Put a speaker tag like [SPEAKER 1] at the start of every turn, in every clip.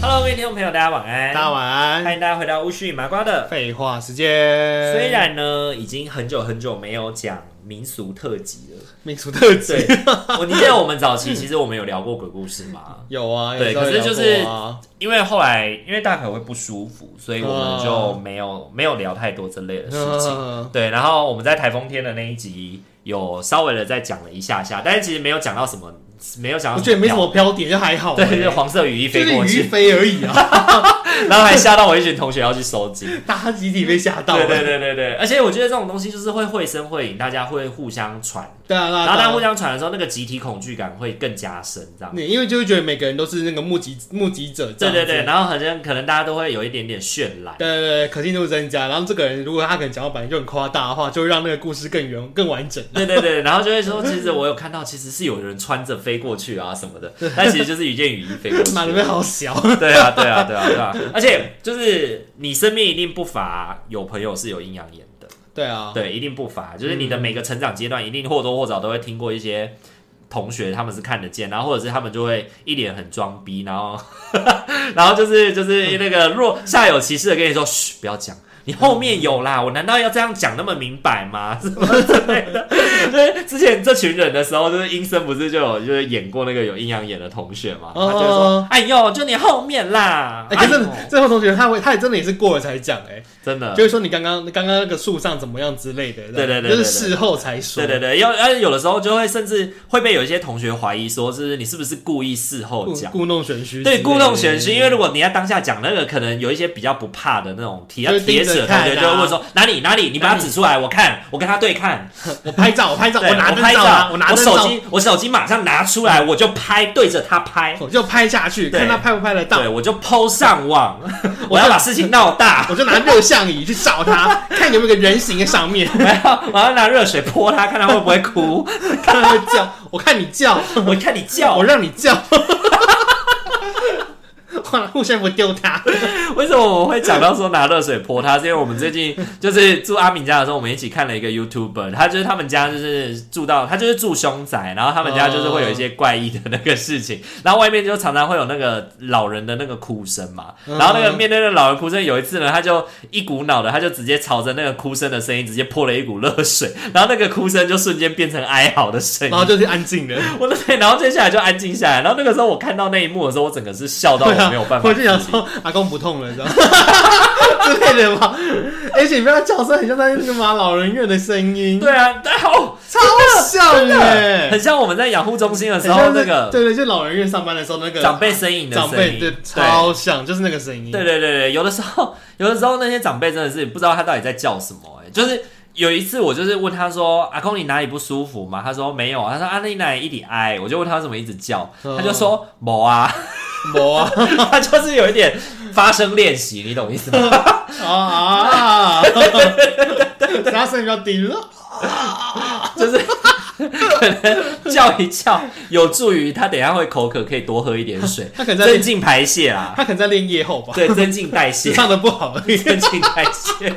[SPEAKER 1] Hello，各位听众朋友，大家晚安。呃
[SPEAKER 2] 大家晚
[SPEAKER 1] 欢
[SPEAKER 2] 安。
[SPEAKER 1] 迎大家回到巫师与麻瓜的。
[SPEAKER 2] 废话时间，
[SPEAKER 1] 虽然呢，已经很久很久没有讲民俗特辑 了。
[SPEAKER 2] 民族特辑
[SPEAKER 1] 对，我你记得我们早期其 实我们有聊过鬼故事吗？
[SPEAKER 2] 有啊，
[SPEAKER 1] 对
[SPEAKER 2] 有时候
[SPEAKER 1] 可是就
[SPEAKER 2] 聊
[SPEAKER 1] 是
[SPEAKER 2] 过啊
[SPEAKER 1] 因为后来啊因为大可会不舒服，所以我们就没有没有聊太多这类的事情。
[SPEAKER 2] 嗯
[SPEAKER 1] 对，然后我们在台风天的那一集有稍微的再讲了一下下，但是其实没有讲到什么，没有讲到
[SPEAKER 2] 我觉得没什
[SPEAKER 1] 么
[SPEAKER 2] 么标点，就还好。
[SPEAKER 1] 鸟。对，就是黄色雨衣
[SPEAKER 2] 就
[SPEAKER 1] 飞
[SPEAKER 2] 是
[SPEAKER 1] 过
[SPEAKER 2] 鱼
[SPEAKER 1] 去，
[SPEAKER 2] 飞而已啊，
[SPEAKER 1] 然后还吓到我一群同学要去收 金。
[SPEAKER 2] 大家集体被吓到了。
[SPEAKER 1] 对对对对对，而且我觉得这种东西就是会绘声绘影，大家会互相传，
[SPEAKER 2] 对啊，对啊
[SPEAKER 1] 然后大家互
[SPEAKER 2] 对啊
[SPEAKER 1] 相传的时候，那个集体恐惧感会更加深，这样。
[SPEAKER 2] 你因为就会觉得每个人都是那个目击目击者这
[SPEAKER 1] 对
[SPEAKER 2] 样子，
[SPEAKER 1] 对对，然后好像可能大家都会有一点点渲染。
[SPEAKER 2] 对对对，可信度增加。然后这个人如果他可能讲到本来就很夸大的话，就会让那个故事更圆更完整。
[SPEAKER 1] 对对对，然后就会说，其实我有看到，其实是有人穿着飞过去啊什么的，但其实就是一件雨衣飞过去。
[SPEAKER 2] 妈的，被好小。
[SPEAKER 1] 对啊，对啊，对啊，对啊！而且就是你身边一定不乏有朋友是有阴阳眼的，
[SPEAKER 2] 对啊，
[SPEAKER 1] 对，一定不乏。就是
[SPEAKER 2] 嗯
[SPEAKER 1] 你的每个成长阶段，一定或多或少都会听过一些同学他们是看得见，然后或者是他们就会一脸很装逼，然后 然后就是就是那个若煞有其事的跟你说，嘘，不要讲。你后面有啦，
[SPEAKER 2] 嗯
[SPEAKER 1] 我难道要这样讲那么明白吗？ 什么之类的。就是之前这群人的时候，就是阴森不是就有就是演过那个有阴阳眼的同学嘛，他就会说
[SPEAKER 2] 哦，
[SPEAKER 1] 哎呦，就你后面啦，
[SPEAKER 2] 哎，可
[SPEAKER 1] 哎
[SPEAKER 2] 是
[SPEAKER 1] 呦
[SPEAKER 2] 最后同学他会，他也真的也是过了才讲，哎，
[SPEAKER 1] 真的，
[SPEAKER 2] 就是说你刚刚刚刚那个树上怎么样之类的，
[SPEAKER 1] 对对对对
[SPEAKER 2] 就是
[SPEAKER 1] 对
[SPEAKER 2] 事后才说，
[SPEAKER 1] 对对对，要而且有的时候就会甚至会被有一些同学怀疑说，是你是不是故意事后
[SPEAKER 2] 故
[SPEAKER 1] 讲。
[SPEAKER 2] 故弄玄虚之类
[SPEAKER 1] 对，
[SPEAKER 2] 的，
[SPEAKER 1] 故弄玄虚，因为如果你在当下讲那个，可能有一些比较不怕的那种铁
[SPEAKER 2] 就是
[SPEAKER 1] 铁
[SPEAKER 2] 盯着
[SPEAKER 1] 齿的同
[SPEAKER 2] 看
[SPEAKER 1] 学，就
[SPEAKER 2] 啊
[SPEAKER 1] 会问说哪里哪里，你把它指出来，我看，我跟他对看，
[SPEAKER 2] 我拍照，我拍照，
[SPEAKER 1] 对
[SPEAKER 2] 拿
[SPEAKER 1] 我
[SPEAKER 2] 灯
[SPEAKER 1] 拍
[SPEAKER 2] 照啊，我拿
[SPEAKER 1] 我
[SPEAKER 2] 灯
[SPEAKER 1] 手
[SPEAKER 2] 照，
[SPEAKER 1] 机我手机马上拿出来，我就拍对着他拍，
[SPEAKER 2] 我就拍下去，
[SPEAKER 1] 对
[SPEAKER 2] 看他拍不拍得到
[SPEAKER 1] 对，，我就抛上网，我
[SPEAKER 2] 我
[SPEAKER 1] 要
[SPEAKER 2] 就
[SPEAKER 1] 把事情闹大，
[SPEAKER 2] 我就拿热像仪 去照他，看有没有个人形在上 面，
[SPEAKER 1] 我要我要拿热水泼他，看他会不会哭，
[SPEAKER 2] 看他会叫，我看你叫，
[SPEAKER 1] 我看你叫
[SPEAKER 2] 我，让你叫， 哇互相不丢他，
[SPEAKER 1] 为什么我们会讲到说拿热水泼他？是因为我们最近就是住阿敏家的时候，我们一起看了一个 YouTuber，他就是他们家就是住到他就是住凶宅，然后他们家就是会有一些怪异的那个事情，然后外面就常常会有那个老人的那个哭声嘛，
[SPEAKER 2] 嗯
[SPEAKER 1] 然后那个面对那个老人哭声，有一次呢，他就一股脑的，他就直接朝着那个哭声的声音直接泼了一股热水，然后那个哭声就瞬间变成哀嚎的声音
[SPEAKER 2] 然。后就是安静的。
[SPEAKER 1] 我的天，然后接下来就安静下来。然后那个时候我看到那一幕的时候，我整个是笑到
[SPEAKER 2] 对啊
[SPEAKER 1] 我没有办法
[SPEAKER 2] 我
[SPEAKER 1] 自
[SPEAKER 2] 就
[SPEAKER 1] 理。
[SPEAKER 2] 想说，阿公不痛了，你知道吗？ 之类的嘛。而且你不要叫声，很像在那个嘛老人院的声音，
[SPEAKER 1] 对啊，但好
[SPEAKER 2] 超像哎、
[SPEAKER 1] 很像我们在养护中心的时
[SPEAKER 2] 很
[SPEAKER 1] 候
[SPEAKER 2] 像是
[SPEAKER 1] 那个
[SPEAKER 2] 对对，就老人院上班的时候那个
[SPEAKER 1] 长辈呻吟的
[SPEAKER 2] 长
[SPEAKER 1] 声
[SPEAKER 2] 辈
[SPEAKER 1] 音，
[SPEAKER 2] 对超像，就是那个声音。
[SPEAKER 1] 对对对对，有的时候有的时候那些长辈真的是不知道他到底在叫什么、哎，就是。有一次我就是问他说：“阿公，你哪里不舒服吗？”他说：“没有。”他说：“啊，那你哪里一直哀？”我就问他怎么一直叫，
[SPEAKER 2] 嗯
[SPEAKER 1] 他就说：“某啊。
[SPEAKER 2] 魔啊”
[SPEAKER 1] 他就是有一点发声练习，你懂意思吗？
[SPEAKER 2] 啊啊！ 然后声音比较低了，
[SPEAKER 1] 就是可能叫一叫，有助于他等一下会口渴，可以多喝一点水，
[SPEAKER 2] 他可能在
[SPEAKER 1] 增
[SPEAKER 2] 练，
[SPEAKER 1] 进排泄啊，
[SPEAKER 2] 他可能在练夜后吧，
[SPEAKER 1] 对，增进代谢
[SPEAKER 2] 只。唱的不好而 已，
[SPEAKER 1] 真情代谢。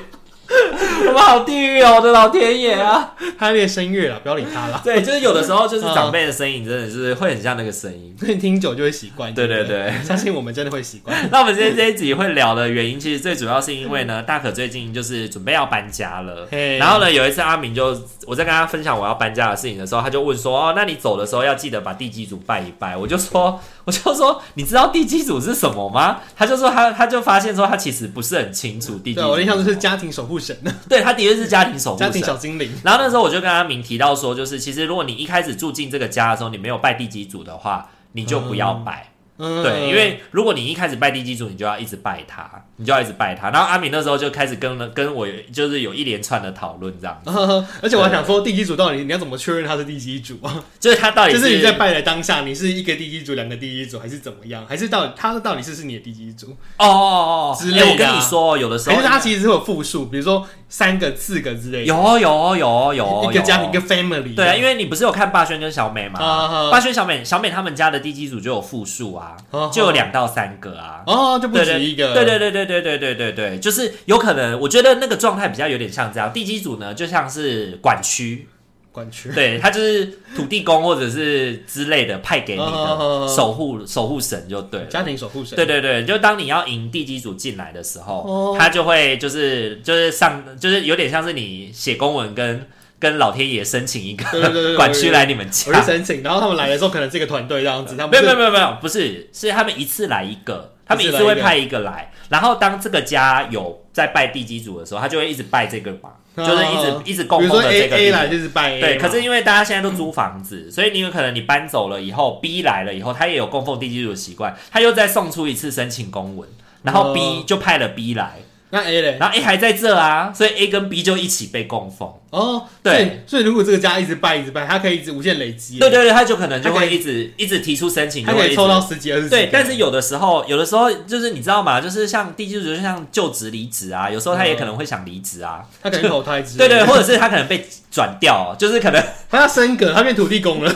[SPEAKER 1] 我们好地狱哦，我的老天爷啊！嗯
[SPEAKER 2] 他练声乐了，不要理他了。
[SPEAKER 1] 对，就是有的时候就是长辈的声音，真的就是会很像那个声音。
[SPEAKER 2] 所以 听久就会习惯。
[SPEAKER 1] 对
[SPEAKER 2] 对
[SPEAKER 1] 对
[SPEAKER 2] 不，
[SPEAKER 1] 对。
[SPEAKER 2] 相信我们真的会习惯。
[SPEAKER 1] 那我们今天这一集会聊的原因，其实最主要是因为呢，大可最近就是准备要搬家了。
[SPEAKER 2] 嘿
[SPEAKER 1] 然后呢，有一次阿明就我在跟他分享我要搬家的事情的时候，他就问说：“哦，那你走的时候要记得把地基组拜一拜。”我就说：“ 我就说你知道地基组是什么吗？”他就说他他就发现说他其实不是很清楚地基
[SPEAKER 2] 对，啊
[SPEAKER 1] 组。
[SPEAKER 2] 我的印象就是家庭守护神，
[SPEAKER 1] 对他的确是家庭守护
[SPEAKER 2] 家
[SPEAKER 1] 神
[SPEAKER 2] 庭。小精灵。
[SPEAKER 1] 然后那时候我就跟阿明提到说，就是其实如果你一开始住进这个家的时候，你没有拜地基组的话，你就不要拜。
[SPEAKER 2] 嗯
[SPEAKER 1] 对，因为如果你一开始拜地基主，你就要一直拜他，你就要一直拜他。然后阿敏那时候就开始跟了跟我有就是有一连串的讨论，这样，
[SPEAKER 2] 嗯 而且我还想说，地基主到底你要怎么确认他是地基主啊？
[SPEAKER 1] 就是 他到底
[SPEAKER 2] 就是是你在拜的当下，你是一个地基主、两个地基主，还是怎么样？还是到底他到底是不是你的地基主？
[SPEAKER 1] 哦哦哦
[SPEAKER 2] 之类的啊
[SPEAKER 1] 哎我跟你说，有的时
[SPEAKER 2] 还
[SPEAKER 1] 候
[SPEAKER 2] 是他其实会有复数，比如说三个、四个之类的，
[SPEAKER 1] 有哦有哦有哦有哦
[SPEAKER 2] 一个家庭一个
[SPEAKER 1] 有哦
[SPEAKER 2] family。
[SPEAKER 1] 对啊，因为你不是有看霸轩跟小美嘛？
[SPEAKER 2] 啊
[SPEAKER 1] 霸轩、小美、小美他们家的地基主就有复数啊
[SPEAKER 2] 啊，
[SPEAKER 1] 就有两到三个啊。
[SPEAKER 2] 哦，就不
[SPEAKER 1] 对
[SPEAKER 2] 止
[SPEAKER 1] 对
[SPEAKER 2] 一个，
[SPEAKER 1] 对对对对对对对对对，就是有可能，我觉得那个状态比较有点像这样。地基主呢，就像是管区，
[SPEAKER 2] 管区。
[SPEAKER 1] 对他就是土地公或者是之类的派给你的
[SPEAKER 2] 哦
[SPEAKER 1] 守护守护神就对了。
[SPEAKER 2] 家庭守护神，
[SPEAKER 1] 对对对，就当你要引地基主进来的时候，
[SPEAKER 2] 哦
[SPEAKER 1] 他就会就是就是上就是有点像是你写公文跟跟老天爷申请一
[SPEAKER 2] 对对对对
[SPEAKER 1] 个 管区来你们家
[SPEAKER 2] 我，去申请，然后他们来的时候可能这个团队这样子，他们
[SPEAKER 1] 没有没有
[SPEAKER 2] 有
[SPEAKER 1] 没有没有，不是，是他们一次来一个，他们
[SPEAKER 2] 啊一
[SPEAKER 1] 一
[SPEAKER 2] 次
[SPEAKER 1] 次
[SPEAKER 2] 来
[SPEAKER 1] 会
[SPEAKER 2] 一个
[SPEAKER 1] 派一个来，然后当这个家有在拜地基主的时候，他就会一直拜这个嘛，就是一直
[SPEAKER 2] 哦
[SPEAKER 1] 一直
[SPEAKER 2] 比
[SPEAKER 1] 供
[SPEAKER 2] 如
[SPEAKER 1] 奉
[SPEAKER 2] 说
[SPEAKER 1] 的
[SPEAKER 2] A
[SPEAKER 1] 这个地
[SPEAKER 2] A
[SPEAKER 1] 基
[SPEAKER 2] 来就是拜 A，
[SPEAKER 1] 对，
[SPEAKER 2] 嘛
[SPEAKER 1] 可是因为大家现在都租房子，所以你有可能你搬走了以后，B 来了以后，他也有供奉地基主的习惯，他又再送出一次申请公文，然后
[SPEAKER 2] 哦
[SPEAKER 1] B 就派了 B 来，
[SPEAKER 2] 那 A 嘞，
[SPEAKER 1] 然后 A 还在这啊，所以 A 跟 B 就一起被供奉。
[SPEAKER 2] 哦，
[SPEAKER 1] 对
[SPEAKER 2] 所以，所以如果这个家一直拜一直拜，它可以一直无限累积，啊
[SPEAKER 1] 对，对对，他就可能就
[SPEAKER 2] 他可
[SPEAKER 1] 会
[SPEAKER 2] 以
[SPEAKER 1] 一直一直提出申请，
[SPEAKER 2] 它
[SPEAKER 1] 就
[SPEAKER 2] 可
[SPEAKER 1] 会
[SPEAKER 2] 以
[SPEAKER 1] 一
[SPEAKER 2] 抽
[SPEAKER 1] 直
[SPEAKER 2] 到十几二十几个。
[SPEAKER 1] 对，但是有的时候，有的时候就是你知道吗？就是像地基主，就像就职离职啊，有时候他也可能会想离职啊，
[SPEAKER 2] 它可能投胎之类
[SPEAKER 1] 对
[SPEAKER 2] 的，
[SPEAKER 1] 对，或者是他可能被转掉，就是可能
[SPEAKER 2] 它要升格，它变土地公了，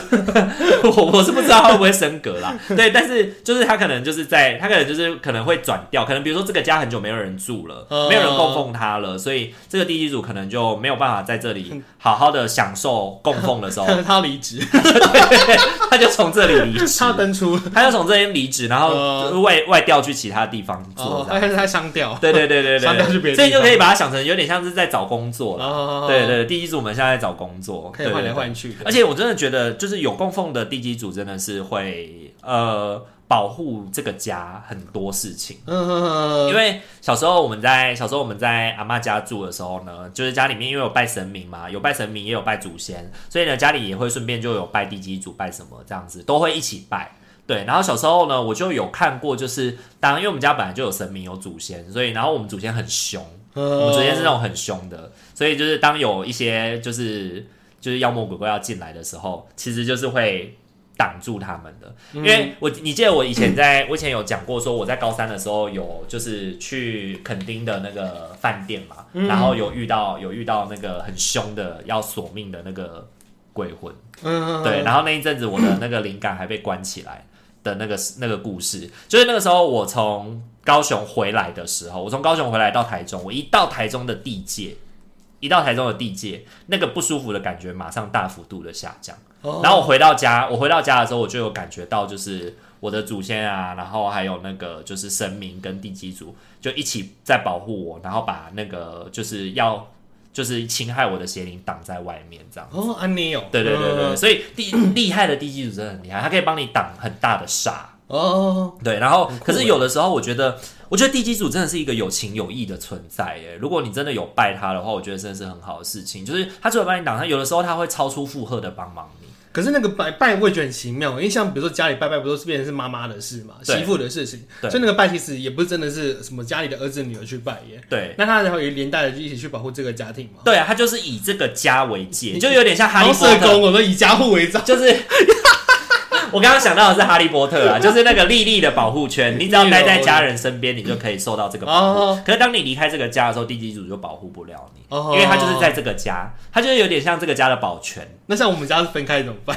[SPEAKER 1] 我我是不知道他会不会升格啦，对，但是就是他可能就是在，他可能就是可能会转掉，可能比如说这个家很久没有人住了，
[SPEAKER 2] 嗯
[SPEAKER 1] 没有人供奉他了，所以这个地基主可能就没有办法在这里好好的享受供奉的时候，
[SPEAKER 2] 它要离职，
[SPEAKER 1] 他就从这里离 职，
[SPEAKER 2] 它要登出，哦
[SPEAKER 1] 他就从这边离职，然后
[SPEAKER 2] 嗯
[SPEAKER 1] 外外调去其他地方做
[SPEAKER 2] 哦，
[SPEAKER 1] 这
[SPEAKER 2] 它
[SPEAKER 1] 样。
[SPEAKER 2] 它商掉，
[SPEAKER 1] 对对对对
[SPEAKER 2] 上吊去
[SPEAKER 1] 对，
[SPEAKER 2] 别的地方
[SPEAKER 1] 所以就可以把它想成有点像是在找工作了。
[SPEAKER 2] 哦，
[SPEAKER 1] 对，对，地基主们现在在找工作，
[SPEAKER 2] 可以换来
[SPEAKER 1] 对对对
[SPEAKER 2] 换去的，
[SPEAKER 1] 而且我真的觉得，就是有供奉的地基主真的是会呃保护这个家很多事情。因
[SPEAKER 2] 嗯，
[SPEAKER 1] 为小时候我们在小时候我们在阿妈家住的时候呢，就是家里面因为有拜神明嘛，有拜神明也有拜祖先，所以呢家里也会顺便就有拜地基主、拜什么这样子，都会一起拜。对，然后小时候呢，我就有看过，就是当因为我们家本来就有神明有祖先，所以然后我们祖先很凶，我们
[SPEAKER 2] 我
[SPEAKER 1] 昨天是那种很凶的，所以就是当有一些就是就是妖魔鬼怪要进来的时候，其实就是会挡住他们的。因为我你记得我以前在， 我以前有讲过说我在高三的时候有就是去垦丁的那个饭店嘛，然后有遇到有遇到那个很凶的要索命的那个鬼魂，
[SPEAKER 2] 嗯，
[SPEAKER 1] 对，然后那一阵子我 的那个灵感还被关起来的那个那个故事，就是那个时候我从高雄回来的时候，我从高雄回来到台中，我一到台中的地界，一到台中的地界，那个不舒服的感觉马上大幅度的下降。
[SPEAKER 2] 哦
[SPEAKER 1] 然后我回到家，我回到家的时候，我就有感觉到，就是我的祖先啊，然后还有那个就是神明跟地基主，就一起在保护我，然后把那个就是要就是侵害我的邪灵挡在外面，这样。
[SPEAKER 2] 哦，安妮哦，
[SPEAKER 1] 对对对对，
[SPEAKER 2] 嗯，
[SPEAKER 1] 所以地厉害的地基主真的很厉害，它可以帮你挡很大的煞。
[SPEAKER 2] 哦，
[SPEAKER 1] 对，然后
[SPEAKER 2] 酷
[SPEAKER 1] 可是有的时候，我觉得，我觉得地基主真的是一个有情有义的存在耶。如果你真的有拜他的话，我觉得真的是很好的事情。就是他除了帮你挡，他有的时候他会超出负荷的帮忙你。
[SPEAKER 2] 可是那个拜拜，我也觉得很奇妙，因为像比如说家里拜拜，不都是变成是妈妈的事嘛，
[SPEAKER 1] 对
[SPEAKER 2] 媳妇的事情，
[SPEAKER 1] 对
[SPEAKER 2] 所以那个拜其实也不是真的是什么家里的儿子女儿去拜耶，
[SPEAKER 1] 对
[SPEAKER 2] 那他然后也连带的就一起去保护这个家庭嘛。
[SPEAKER 1] 对啊，他就是以这个家为界，就有点像哈利
[SPEAKER 2] 然后
[SPEAKER 1] 波
[SPEAKER 2] 社
[SPEAKER 1] 特，
[SPEAKER 2] 工，我们以家户为照，
[SPEAKER 1] 就是 我刚刚想到的是哈利波 特啊，就是那个莉莉的保护圈，你只要待在家人身边，你就可以受到这个保护
[SPEAKER 2] 哦。
[SPEAKER 1] 可是当你离开这个家的时候，地基主就保护不了你，
[SPEAKER 2] 哦
[SPEAKER 1] 因为他就是在这个家，他就是有点像这个家的保全。
[SPEAKER 2] 那像我们家是分开怎么办？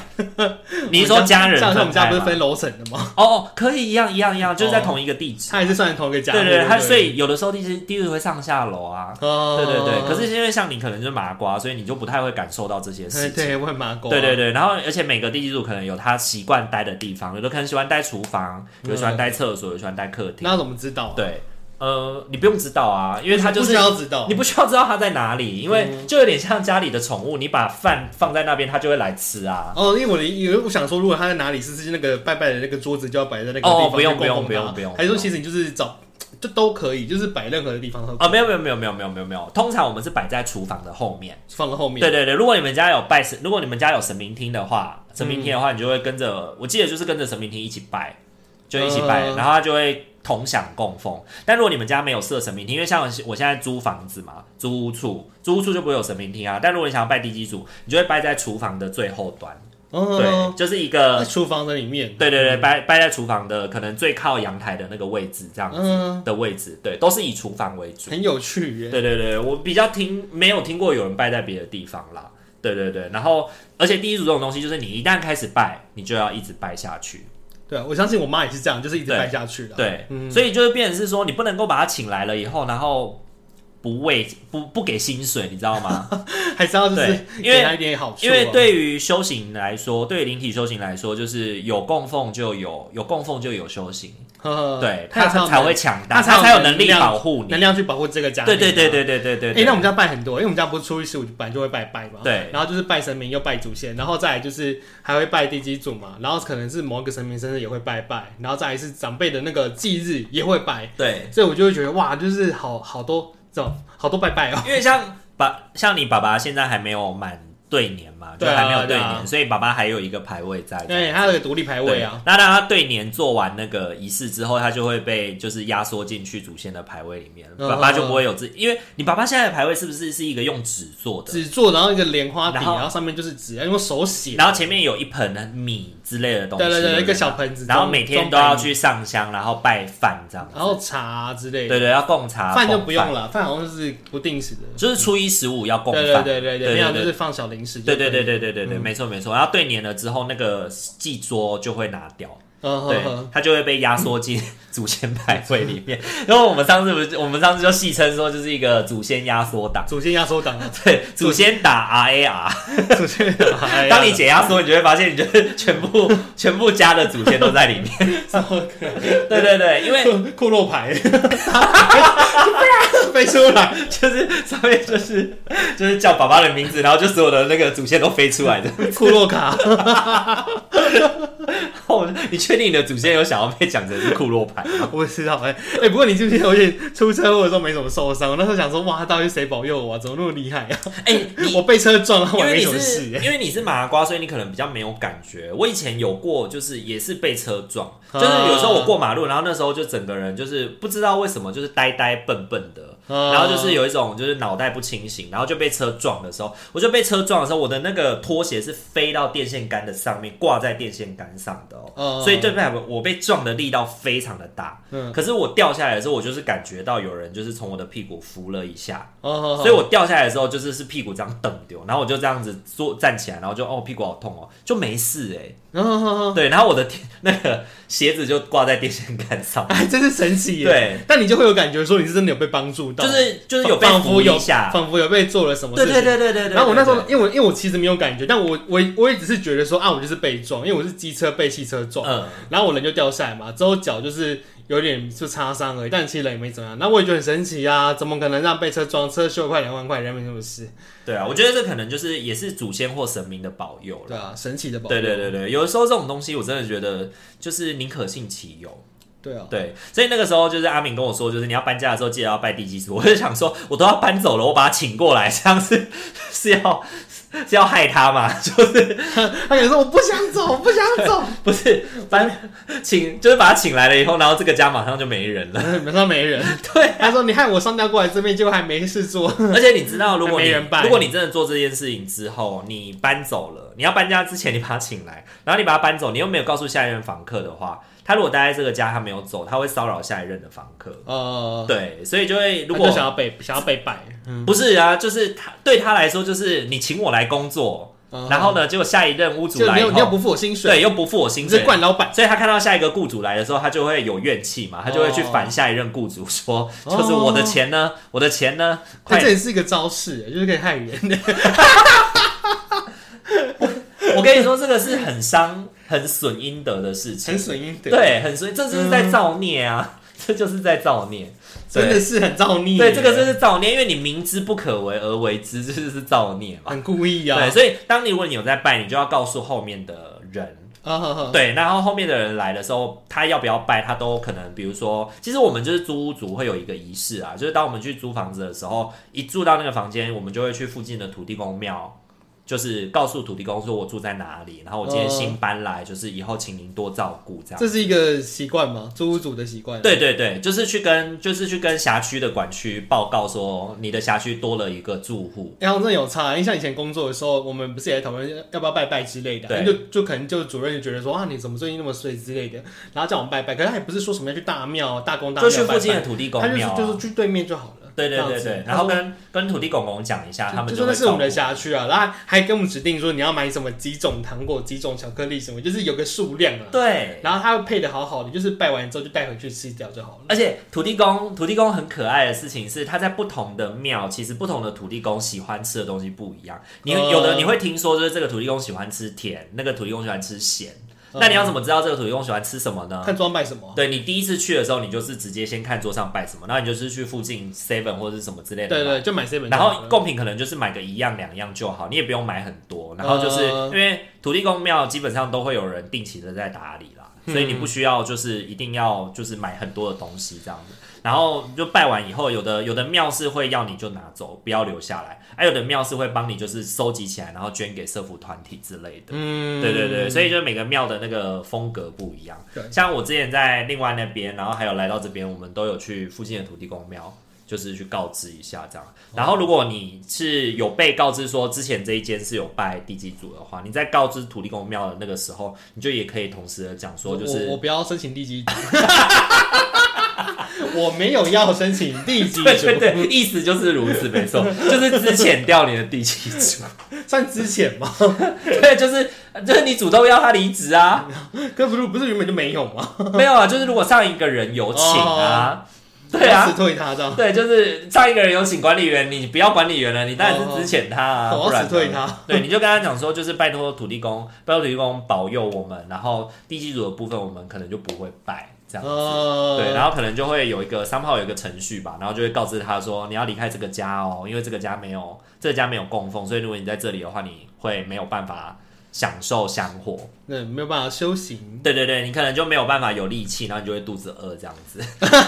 [SPEAKER 1] 你是说家人
[SPEAKER 2] 像像我们家不是
[SPEAKER 1] 分开
[SPEAKER 2] 分
[SPEAKER 1] 吗
[SPEAKER 2] 楼层的吗？
[SPEAKER 1] 哦哦，可以一样一样一样，就是在同一个地址。
[SPEAKER 2] 他也是算同一个家
[SPEAKER 1] 对
[SPEAKER 2] 户。
[SPEAKER 1] 对
[SPEAKER 2] 对
[SPEAKER 1] 对，
[SPEAKER 2] 不
[SPEAKER 1] 他
[SPEAKER 2] 哦对，
[SPEAKER 1] 所以有的时候地基地基主会上下楼啊。
[SPEAKER 2] 哦，
[SPEAKER 1] 对对对，可是因为像你可能就是麻瓜，所以你就不太会感受到这些事
[SPEAKER 2] 哎
[SPEAKER 1] 情。
[SPEAKER 2] 对，我很麻瓜。
[SPEAKER 1] 对对对，然后而且每个地基主可能有他习惯待的地方，有的可能喜欢待厨房，有的喜欢待厕所，有的喜欢待客厅。
[SPEAKER 2] 那怎么知道？，啊
[SPEAKER 1] 对，呃，你不用知道啊，因为他就
[SPEAKER 2] 不
[SPEAKER 1] 是
[SPEAKER 2] 需要知道
[SPEAKER 1] 你。不需要知道他在哪里，因为就有点像家里的宠物，你把饭放在那边，它就会来吃啊。
[SPEAKER 2] 哦，因为我的，因为我想说，如果他在哪里，是不是那个拜拜的那个桌子就要摆在那个地
[SPEAKER 1] 哦
[SPEAKER 2] 方？
[SPEAKER 1] 不用
[SPEAKER 2] 就供奉
[SPEAKER 1] 不用
[SPEAKER 2] 他
[SPEAKER 1] 不用不用
[SPEAKER 2] 还是说其实你就是找，就都可以，就是摆任何的地方都
[SPEAKER 1] 啊、没有没有没有没有没有没有没有，通常我们是摆在厨房的后面。
[SPEAKER 2] 放到后面。
[SPEAKER 1] 对对对，如果你们家有拜神，如果你们家有神明厅的话，神明厅的话，你就会跟着，我记得就是跟着神明厅一起拜。就一起拜，
[SPEAKER 2] 嗯
[SPEAKER 1] 然后他就会同享供奉。但如果你们家没有设神明厅，因为像我我现在租房子嘛，租屋处，租屋处就不会有神明厅啊。但如果你想要拜地基主，你就会拜在厨房的最后端，对，
[SPEAKER 2] 哦，
[SPEAKER 1] 就是一
[SPEAKER 2] 在
[SPEAKER 1] 个，
[SPEAKER 2] 厨房的里面，
[SPEAKER 1] 对对对，拜拜在厨房的可能最靠阳台的那个位置，这样子
[SPEAKER 2] 嗯，
[SPEAKER 1] 的位置，对，都是以厨房为主。
[SPEAKER 2] 很有趣耶。
[SPEAKER 1] 对对对，我比较听没有听过有人拜在别的地方啦。对对对，然后而且第一组这种东西，就是你一旦开始拜，你就要一直拜下去。
[SPEAKER 2] 对，啊我相信我妈也是这样，就是一直
[SPEAKER 1] 对
[SPEAKER 2] 拜下去的。
[SPEAKER 1] 对，
[SPEAKER 2] 嗯
[SPEAKER 1] 所以就是变成是说，你不能够把他请来了以后，然后不为不不给薪水，你知道 吗？
[SPEAKER 2] 还是要就是
[SPEAKER 1] 对因为
[SPEAKER 2] 给她一点好处啊，
[SPEAKER 1] 因为对于修行来说，对于灵体修行来说，就是有供奉就有有供奉就有修行，
[SPEAKER 2] 呵呵，
[SPEAKER 1] 对他
[SPEAKER 2] 她有这样
[SPEAKER 1] 才会强大，
[SPEAKER 2] 她才有
[SPEAKER 1] 他才有能
[SPEAKER 2] 能
[SPEAKER 1] 力
[SPEAKER 2] 量
[SPEAKER 1] 保护
[SPEAKER 2] 能
[SPEAKER 1] 你。
[SPEAKER 2] 量去保护这个家庭
[SPEAKER 1] 对
[SPEAKER 2] 啊。
[SPEAKER 1] 对对对对对对
[SPEAKER 2] 哎、
[SPEAKER 1] 对。
[SPEAKER 2] 那我们家拜很多，因为我们家不是初一十五本来就会拜拜嘛，
[SPEAKER 1] 对
[SPEAKER 2] 然后就是拜神明又拜祖先，然后再来就是还会拜地基主嘛，然后可能是某一个神明生日也会拜拜，然后再来是长辈的那个忌日也会拜，
[SPEAKER 1] 对，
[SPEAKER 2] 所以我就会觉得哇，就是好好多这种好多拜拜哦，
[SPEAKER 1] 因为像爸，像你爸爸现在还没有满对年嘛，就
[SPEAKER 2] 对啊
[SPEAKER 1] 还没有对
[SPEAKER 2] 对
[SPEAKER 1] 年，
[SPEAKER 2] 啊
[SPEAKER 1] 所以爸爸还有一个牌位在。
[SPEAKER 2] 对，哎还有一个独立牌位
[SPEAKER 1] 对
[SPEAKER 2] 啊，，
[SPEAKER 1] 那当他对年做完那个仪式之后，他就会被就是压缩进去祖先的牌位里面，
[SPEAKER 2] 嗯
[SPEAKER 1] 爸爸就不会有自，因为你爸爸现在的牌位是不是是一个用纸做的？
[SPEAKER 2] 纸做然后一个莲花笔，
[SPEAKER 1] 然
[SPEAKER 2] 然
[SPEAKER 1] 后
[SPEAKER 2] 后上面就是纸，要用手写，
[SPEAKER 1] 然后前面有一盆米之类的东西，
[SPEAKER 2] 对对对，
[SPEAKER 1] 不
[SPEAKER 2] 一个小盆子，
[SPEAKER 1] 然后
[SPEAKER 2] 装
[SPEAKER 1] 每天都要，
[SPEAKER 2] 装
[SPEAKER 1] 去上香，然后拜饭这样
[SPEAKER 2] 白
[SPEAKER 1] 子，
[SPEAKER 2] 米然后茶啊之类
[SPEAKER 1] 对
[SPEAKER 2] 的，
[SPEAKER 1] 对，要供茶，
[SPEAKER 2] 饭就
[SPEAKER 1] 供
[SPEAKER 2] 不用了，饭好像就是不定时的，
[SPEAKER 1] 就是初一十五要供
[SPEAKER 2] 对
[SPEAKER 1] 饭，
[SPEAKER 2] 对嗯对对
[SPEAKER 1] 对
[SPEAKER 2] 对，没有就是放小零食就
[SPEAKER 1] 对
[SPEAKER 2] 可以了，
[SPEAKER 1] 对对对对对对，没错没错。然后对年了之后，那个祭桌就会拿掉，
[SPEAKER 2] 嗯哼
[SPEAKER 1] 对
[SPEAKER 2] 哼。，
[SPEAKER 1] 它就会被压缩进 祖先牌位里面。因为我们上次不是，我们上次就戏称说，就是一个祖先压缩档，
[SPEAKER 2] 祖先压 缩档，啊
[SPEAKER 1] 对，祖先打 RAR。
[SPEAKER 2] 祖先哎
[SPEAKER 1] 当你解压缩，你就会发现，你就是全部全部家的祖先都在里面。
[SPEAKER 2] 什么
[SPEAKER 1] 对对对，因为
[SPEAKER 2] 库 洛牌飞出来，
[SPEAKER 1] 就是上面就是就是叫爸爸的名字，然后就所有的那个祖先都飞出来的。
[SPEAKER 2] 库洛卡，
[SPEAKER 1] 哦，你确定你的祖先有想要被讲成是库洛牌吗？
[SPEAKER 2] 我不知道哎、哎、不过你记不记得我以前出车祸的时候没怎么受伤？我那时候想说，哇，到底谁保佑我、啊？怎么那么厉害啊？
[SPEAKER 1] 哎、你
[SPEAKER 2] 我被车撞了，我
[SPEAKER 1] 因
[SPEAKER 2] 还
[SPEAKER 1] 为
[SPEAKER 2] 没
[SPEAKER 1] 你
[SPEAKER 2] 什么
[SPEAKER 1] 是
[SPEAKER 2] 事、哎
[SPEAKER 1] 因为你是麻瓜，所以你可能比较没有感觉。我以前有过，就是也是被车撞，
[SPEAKER 2] 啊
[SPEAKER 1] 就是有时候我过马路，然后那时候就整个人就是不知道为什么就是呆呆笨笨的，
[SPEAKER 2] 啊
[SPEAKER 1] 然后就是有一种就是脑袋不清醒，然后就被车撞的时候，我就被车撞的时候，我的那个拖鞋是飞到电线杆的上面，挂在电线杆上的哦，
[SPEAKER 2] 啊
[SPEAKER 1] 所以对面我被撞的力道非常的大。
[SPEAKER 2] 嗯
[SPEAKER 1] 可是我掉下来的时候，我就是感觉到有人就是从我的屁股扶了一下，
[SPEAKER 2] 哦，
[SPEAKER 1] 所以我掉下来的时候就是是屁股这样蹬丢，然后我就这样子坐站起来，然后就哦屁股好痛哦，就没事哎、
[SPEAKER 2] 以哦，
[SPEAKER 1] 对，然后我的电那个鞋子就挂在电线杆 上，
[SPEAKER 2] 哎，真是神奇耶、
[SPEAKER 1] 对，
[SPEAKER 2] 但你就会有感觉说你是真的有被帮助到，
[SPEAKER 1] 就是就是有被
[SPEAKER 2] 仿
[SPEAKER 1] 扶
[SPEAKER 2] 佛有
[SPEAKER 1] 一下，
[SPEAKER 2] 仿佛有被做了什么事
[SPEAKER 1] 对
[SPEAKER 2] 情。
[SPEAKER 1] 对对对对对。
[SPEAKER 2] 然后我那时候
[SPEAKER 1] 对，
[SPEAKER 2] 因为我因为我其实没有感觉，但我我我也只是觉得说啊，我就是被撞，因为我是机车被汽车撞，
[SPEAKER 1] 嗯，
[SPEAKER 2] 然后我人就掉下来嘛，之后脚就是有点就擦伤而已，但其实人也没怎么样。那我也觉得很神奇啊，怎么可能让被车撞，车修快两万块，人没什么事？
[SPEAKER 1] 对啊，我觉得这可能就是也是祖先或神明的保佑了。
[SPEAKER 2] 对啊，神奇的宝。
[SPEAKER 1] 对对对对，有的时候这种东西我真的觉得就是宁可信其有。
[SPEAKER 2] 对啊，
[SPEAKER 1] 对，所以那个时候就是阿敏跟我说，就是你要搬家的时候记得要拜地基主。我就想说，我都要搬走了，我把他请过来，这样是 是要是要害他嘛？ 就是
[SPEAKER 2] 他可能说我不想走，我不想 走，
[SPEAKER 1] 不是搬请就是把他请来了以后，然后这个家马上就没人了。
[SPEAKER 2] 马上没人。
[SPEAKER 1] 对，啊
[SPEAKER 2] 他说你害我上吊过来这边，结果还没事 做。
[SPEAKER 1] 而且你知道，如果
[SPEAKER 2] 还
[SPEAKER 1] 你
[SPEAKER 2] 没人拜
[SPEAKER 1] 如果你真的做这件事情之后，你搬走了，你要搬家之前你把他请来，然后你把他搬走，你又没有告诉下一任房客的话，他如果待在这个家他没有走，他会骚扰下一任的房客。
[SPEAKER 2] 呃，
[SPEAKER 1] 对，所以就会如
[SPEAKER 2] 他
[SPEAKER 1] 果
[SPEAKER 2] 就想要被想要被拜，嗯，
[SPEAKER 1] 不是啊，就是他对他来说，就是你请我来工作，
[SPEAKER 2] 嗯
[SPEAKER 1] 然后呢，结果下一任屋主
[SPEAKER 2] 就
[SPEAKER 1] 来
[SPEAKER 2] 你
[SPEAKER 1] 以
[SPEAKER 2] 又
[SPEAKER 1] 后，
[SPEAKER 2] 你又不付我薪水，
[SPEAKER 1] 对，又不付我薪
[SPEAKER 2] 你是
[SPEAKER 1] 水，
[SPEAKER 2] 惯老板。
[SPEAKER 1] 所以他看到下一个雇主来的时候，他就会有怨气嘛，他就会去烦下一任雇主说，
[SPEAKER 2] 哦
[SPEAKER 1] 就是我的钱呢，我的钱呢，快
[SPEAKER 2] 但这，也是一个招式，就是可以害人的。
[SPEAKER 1] 我跟你说，这个是很伤、很损阴德的事情
[SPEAKER 2] 很，损嗯阴德，，
[SPEAKER 1] 对，很损，这就是在造孽啊，这就是在造孽，
[SPEAKER 2] 真的
[SPEAKER 1] 对。
[SPEAKER 2] 是很造孽。
[SPEAKER 1] 对，这个就是造孽，因为你明知不可为而为之，这就是造孽嘛。
[SPEAKER 2] 很故意啊。
[SPEAKER 1] 对，所以当你如果你有在拜，你就要告诉后面的人。
[SPEAKER 2] 啊哈哈，
[SPEAKER 1] 对，然后后面的人来的时候，他要不要拜，他都可能，比如说，其实我们就是租屋族会有一个仪式啊，就是当我们去租房子的时候，一住到那个房间，我们就会去附近的土地公庙，就是告诉土地公说我住在哪里，然后我今天新搬来，就是以后请您多照顾这样。
[SPEAKER 2] 这是一个习惯吗？租屋主的习惯。啊
[SPEAKER 1] 对对对，就是去跟就是去跟辖区的管区报告说，你的辖区多了一个住户。
[SPEAKER 2] 然后真的有差，因为哎像以前工作的时候，我们不是也讨论要不要拜拜之类的，啊
[SPEAKER 1] 对
[SPEAKER 2] 就就可能就主任就觉得说啊，你怎么最近那么睡之类的，然后叫我们拜拜，可是他也不是说什么要去大庙、啊大公大
[SPEAKER 1] 就
[SPEAKER 2] 庙
[SPEAKER 1] 去
[SPEAKER 2] 拜
[SPEAKER 1] 附近
[SPEAKER 2] 拜，
[SPEAKER 1] 的土地公
[SPEAKER 2] 他就是
[SPEAKER 1] 庙、啊
[SPEAKER 2] 就是去对面就好了。
[SPEAKER 1] 对对
[SPEAKER 2] 这
[SPEAKER 1] 对
[SPEAKER 2] 样子
[SPEAKER 1] 对，然后跟跟土地公公讲一下，他们
[SPEAKER 2] 就
[SPEAKER 1] 就
[SPEAKER 2] 真
[SPEAKER 1] 会
[SPEAKER 2] 的是我们的
[SPEAKER 1] 照
[SPEAKER 2] 辖区啊，然后还给我们指定说你要买什么几种糖果、几种巧克力什么，就是有个数量啊
[SPEAKER 1] 顾。对，
[SPEAKER 2] 然后他会配的好好的，就是拜完之后就带回去吃掉就好了。
[SPEAKER 1] 而且土地公土地公很可爱的事情是，他在不同的庙，其实不同的土地公喜欢吃的东西不一样。你
[SPEAKER 2] 呃
[SPEAKER 1] 有的你会听说，就是这个土地公喜欢吃甜，那个土地公喜欢吃咸。
[SPEAKER 2] 嗯
[SPEAKER 1] 那你要怎么知道这个土地公喜欢吃什么呢？
[SPEAKER 2] 看装拜什么啊？
[SPEAKER 1] 对你第一次去的时候，你就是直接先看桌上摆什么，然后你就是去附近 Seven 或者是什么之类的
[SPEAKER 2] 对
[SPEAKER 1] 买
[SPEAKER 2] 对，就买 seven。
[SPEAKER 1] 然后贡品可能就是买个一样两样就好，你也不用买很多。然后就是、
[SPEAKER 2] 呃
[SPEAKER 1] 因为土地公庙基本上都会有人定期的在打理啦，
[SPEAKER 2] 嗯
[SPEAKER 1] 所以你不需要就是一定要就是买很多的东西这样子。然后就拜完以后，有的有的庙是会要你就拿走，不要留下来；，啊还有的庙是会帮你就是收集起来，然后捐给社福团体之类的。
[SPEAKER 2] 嗯，
[SPEAKER 1] 对对对，所以就是每个庙的那个风格不一样
[SPEAKER 2] 对。
[SPEAKER 1] 像我之前在另外那边，然后还有来到这边，我们都有去附近的土地公庙，就是去告知一下这样。然后如果你是有被告知说之前这一间是有拜地基主的话，你在告知土地公庙的那个时候，你就也可以同时的讲说，就
[SPEAKER 2] 我我
[SPEAKER 1] 是
[SPEAKER 2] 不要申请地基组， 我没有要申请地基
[SPEAKER 1] 对 对
[SPEAKER 2] 组，
[SPEAKER 1] 对，意思就是如此，没 错，就是之前掉你的地基主，
[SPEAKER 2] 算之前嘛，
[SPEAKER 1] 对，就是就是你主动要他离职啊，
[SPEAKER 2] 可不是不是原本就没有吗？
[SPEAKER 1] 没有啊，就是如果上一个人有请啊，对啊
[SPEAKER 2] 我要，辞退他这 样，
[SPEAKER 1] 对，就是上一个人有请管理员，你不要管理员了，你当
[SPEAKER 2] 哦
[SPEAKER 1] 然是支遣他啊，
[SPEAKER 2] 我
[SPEAKER 1] 不
[SPEAKER 2] 要
[SPEAKER 1] 然
[SPEAKER 2] 辞
[SPEAKER 1] 呢
[SPEAKER 2] 退。他。
[SPEAKER 1] 对，你就跟他讲说，就是拜托土地公，拜托土地公保佑我们，然后地基组的部分我们可能就不会拜这样子。
[SPEAKER 2] 呃，
[SPEAKER 1] 对，然后可能就会有一个三号有一个程序吧，然后就会告知他说你要离开这个家哦，因为这个家没有这个家没有供奉，所以如果你在这里的话，你会没有办法享受香火。
[SPEAKER 2] 那没有办法修行，
[SPEAKER 1] 对对对，你可能就没有办法有力气，然后你就会肚子饿这样子。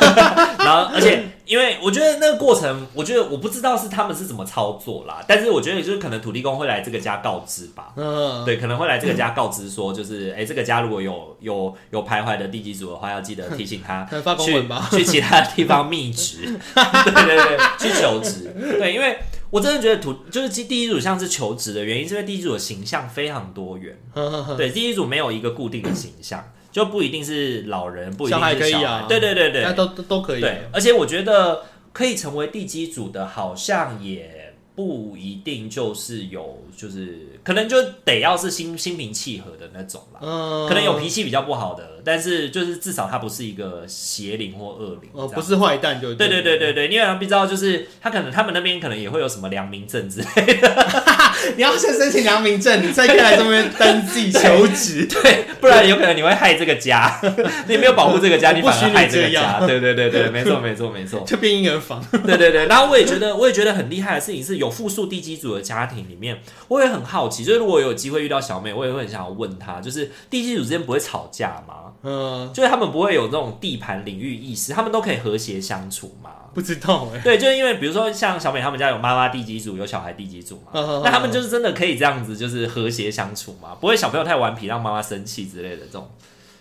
[SPEAKER 1] 然后，而且因为我觉得那个过程，我觉得我不知道是他们是怎么操作啦，但是我觉得就是可能土地公会来这个家告知吧。
[SPEAKER 2] 嗯，
[SPEAKER 1] 对，可能会来这个家告知说，就是哎、诶这个家如果有有有徘徊的地基组的话，要记得提醒他
[SPEAKER 2] 可能发公
[SPEAKER 1] 去
[SPEAKER 2] 文吧。
[SPEAKER 1] 去其他地方觅职， 对对对，去求职。 对，因为我真的觉得土就是其实第一组像是求职的原因，是因为第一组的形象非常多元。
[SPEAKER 2] 嗯
[SPEAKER 1] 对，第一组没有一个固定的形象，就不一定是老人，不一定
[SPEAKER 2] 小孩
[SPEAKER 1] 是
[SPEAKER 2] 可以
[SPEAKER 1] 小孩。
[SPEAKER 2] 啊
[SPEAKER 1] 对对对
[SPEAKER 2] 那
[SPEAKER 1] 对
[SPEAKER 2] 都都都可以。啊
[SPEAKER 1] 对，而且我觉得可以成为地基组的，好像也不一定就是有，就是可能就得要是心心平气和的那种啦。
[SPEAKER 2] 嗯，
[SPEAKER 1] 可能有脾气比较不好的，但是就是至少他不是一个邪灵或恶灵。
[SPEAKER 2] 哦，
[SPEAKER 1] 这样
[SPEAKER 2] 不是坏蛋就
[SPEAKER 1] 对对对对对，因为他们知道就是他可能他们那边可能也会有什么良民证之类的，
[SPEAKER 2] 对，你要先申请良民证，你再可以来这边登记求职。
[SPEAKER 1] 对，不然有可能你会害这个家， 你没有保护这个家，
[SPEAKER 2] 我
[SPEAKER 1] 你
[SPEAKER 2] 不
[SPEAKER 1] 反
[SPEAKER 2] 许
[SPEAKER 1] 而害
[SPEAKER 2] 你
[SPEAKER 1] 这个
[SPEAKER 2] 这样
[SPEAKER 1] 家。对对对对，没错没错没 错，
[SPEAKER 2] 就变婴儿 房，
[SPEAKER 1] 对对对。然后我也觉得我也觉得很厉害的事情是有复数地基组的家庭里面，我也很好奇，就是如果有机会遇到小美，我也会很想要问她，就是地基组之间不会吵架吗？
[SPEAKER 2] 嗯，
[SPEAKER 1] 就是他们不会有那种地盘领域意识，他们都可以和谐相处吗？
[SPEAKER 2] 不知道哎、
[SPEAKER 1] 对，就是因为比如说像小美他们家有妈妈地基组，有小孩地基组嘛，
[SPEAKER 2] 嗯
[SPEAKER 1] 那他们就是真的可以这样子，就是和谐相处嘛，不会小朋友太顽皮让妈妈生气之类的这种、
[SPEAKER 2] 哦